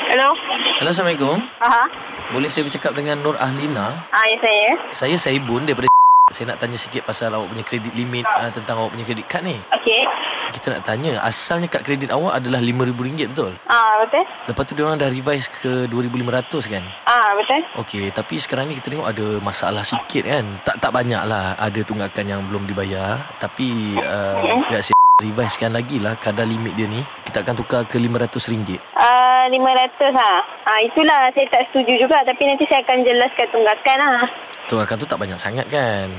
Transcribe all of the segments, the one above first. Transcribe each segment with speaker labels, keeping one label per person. Speaker 1: Hello.
Speaker 2: Hello, Assalamualaikum.
Speaker 1: Aha.
Speaker 2: Boleh saya bercakap dengan Nur Ahlina?
Speaker 1: Ah, ya saya.
Speaker 2: Saya Saibun daripada saya nak tanya sikit pasal awak punya kredit limit uh, tentang awak punya kredit kad ni.
Speaker 1: Okey.
Speaker 2: Kita nak tanya, asalnya kad kredit awak adalah RM5,000 betul?
Speaker 1: Ah, betul.
Speaker 2: Lepas tu diorang dah revise ke RM2,500 kan?
Speaker 1: Ah, betul.
Speaker 2: Okey, tapi sekarang ni kita tengok ada masalah sikit kan. Tak tak banyak lah. Ada tunggakan yang belum dibayar. Tapi uh, pihak si revise kan lagi lah kadar limit dia ni. Kita akan tukar ke RM500.
Speaker 1: Ah, 500 ha. Ah, itulah saya tak setuju juga tapi nanti saya akan jelaskan tunggakan ah.
Speaker 2: Tunggakan tu tak banyak sangat kan.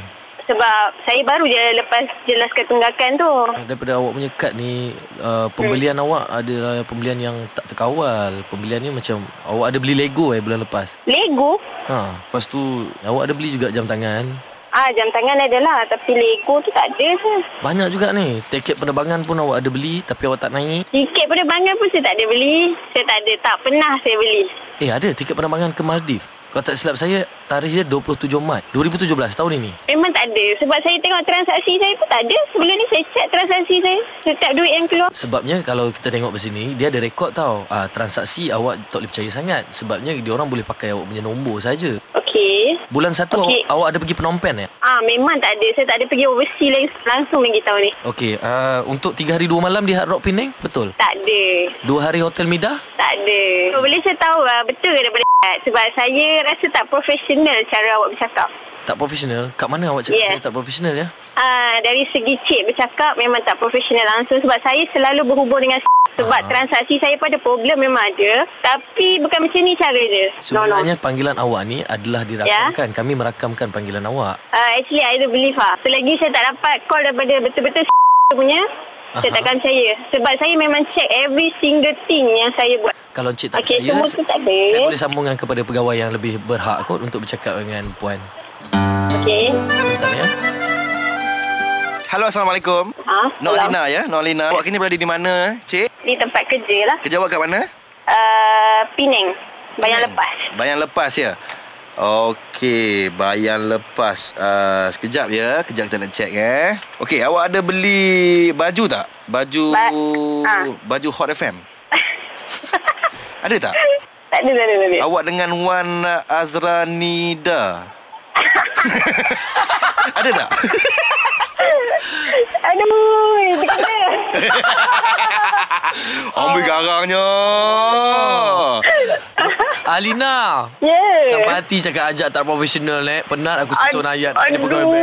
Speaker 1: Sebab saya baru je lepas jelaskan tunggakan tu.
Speaker 2: Eh, Daripada awak punya kad ni, uh, pembelian awak adalah pembelian yang tak terkawal. Pembelian ni macam awak ada beli Lego eh bulan lepas.
Speaker 1: Lego?
Speaker 2: Ha, lepas tu awak ada beli juga jam tangan.
Speaker 1: Ah, jam tangan ada lah tapi Lego tu tak ada ke.
Speaker 2: Banyak juga ni. Tiket penerbangan pun awak ada beli tapi awak tak naik.
Speaker 1: Tiket penerbangan pun saya tak ada beli. Saya tak ada, tak pernah saya beli.
Speaker 2: Eh ada tiket penerbangan ke Maldives Kalau tak silap saya Tarikh dia 27 Mac 2017 tahun ini
Speaker 1: Memang tak ada. Sebab saya tengok transaksi saya pun tak ada. Sebelum ni saya check transaksi saya. Setiap duit yang keluar.
Speaker 2: Sebabnya kalau kita tengok kat sini Dia ada rekod tau ah, Transaksi awak tak boleh percaya sangat Sebabnya dia orang boleh pakai awak punya nombor saja.
Speaker 1: Okey.
Speaker 2: Bulan satu
Speaker 1: Okey.
Speaker 2: okay. awak, awak ada pergi Phnom Penh ya?
Speaker 1: Ah memang tak ada. Saya tak ada pergi overseas lagi langsung lagi tahun ni.
Speaker 2: Okey uh, Untuk 3 hari 2 malam di Hard Rock Penang Betul
Speaker 1: Tak ada.
Speaker 2: 2 hari Hotel Midah
Speaker 1: Tak ada. So, boleh saya tahu lah betul ke daripada sebab saya rasa tak profesional cara awak bercakap.
Speaker 2: Tak profesional Kat mana awak cakap
Speaker 1: Yeah.
Speaker 2: yeah. saya tak profesional ya?
Speaker 1: Ah dari segi cik bercakap memang tak profesional langsung sebab saya selalu berhubung dengan
Speaker 2: Ah.
Speaker 1: sebab transaksi saya pada problem memang ada tapi bukan macam ni cara dia.
Speaker 2: Sebenarnya panggilan awak ni adalah dirakamkan
Speaker 1: Ya.
Speaker 2: yeah. Kami merakamkan panggilan awak
Speaker 1: Uh, actually I don't believe lah Selagi saya tak dapat call daripada betul-betul punya Saya
Speaker 2: Aha.
Speaker 1: takkan percaya Sebab saya memang check every single thing yang saya buat
Speaker 2: Kalau encik tak
Speaker 1: Okey,
Speaker 2: percaya
Speaker 1: semua tu tak ada.
Speaker 2: Saya boleh sambungkan kepada pegawai yang lebih berhak kot Untuk bercakap dengan puan
Speaker 1: Okay
Speaker 2: Sebentar ya
Speaker 3: Halo, Assalamualaikum.
Speaker 1: ha,
Speaker 3: Nur Alina ya, Nur Alina. Awak kini berada di mana, eh? Cik?
Speaker 1: Di tempat kerja lah
Speaker 3: Kerja awak kat mana?
Speaker 1: uh, Penang Bayang lepas
Speaker 3: Bayang lepas ya? Okey, bayang lepas. Uh, sekejap ya, kejap kita nak check eh. Okey, awak ada beli baju tak? Baju
Speaker 1: Ba- ah.
Speaker 3: baju Hot FM. ada tak?
Speaker 1: Tak ada tak ada tak ada
Speaker 3: Awak dengan Wan Azranida. ada tak?
Speaker 1: Aduh Dekat mana Oh.
Speaker 3: Ambil garangnya.
Speaker 2: Alina
Speaker 1: Ya
Speaker 2: Sampai hati cakap ajak tak profesional eh Penat aku susun ayat tak ada pegawai
Speaker 1: Aduh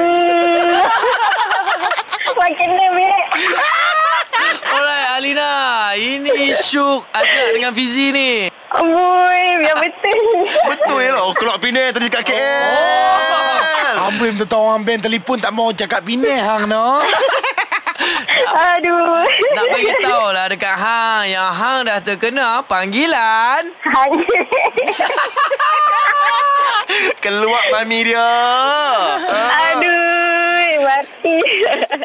Speaker 2: bank.
Speaker 1: Makin lebih
Speaker 2: Alright Alina Ini Syuk Ajak dengan Fizi ni
Speaker 1: Amboi Biar betul
Speaker 3: Betul ya lah. Keluar Penang tadi dekat KL.
Speaker 4: Oh. Ambil minta tahu orang band telefon tak mau cakap Penang hang no.
Speaker 1: Aduh
Speaker 2: Nak bagi tahu lah dekat Hang Yang Hang dah terkena panggilan
Speaker 1: Hanya
Speaker 3: Keluar mami dia.
Speaker 2: Ah.
Speaker 1: Aduh, mati.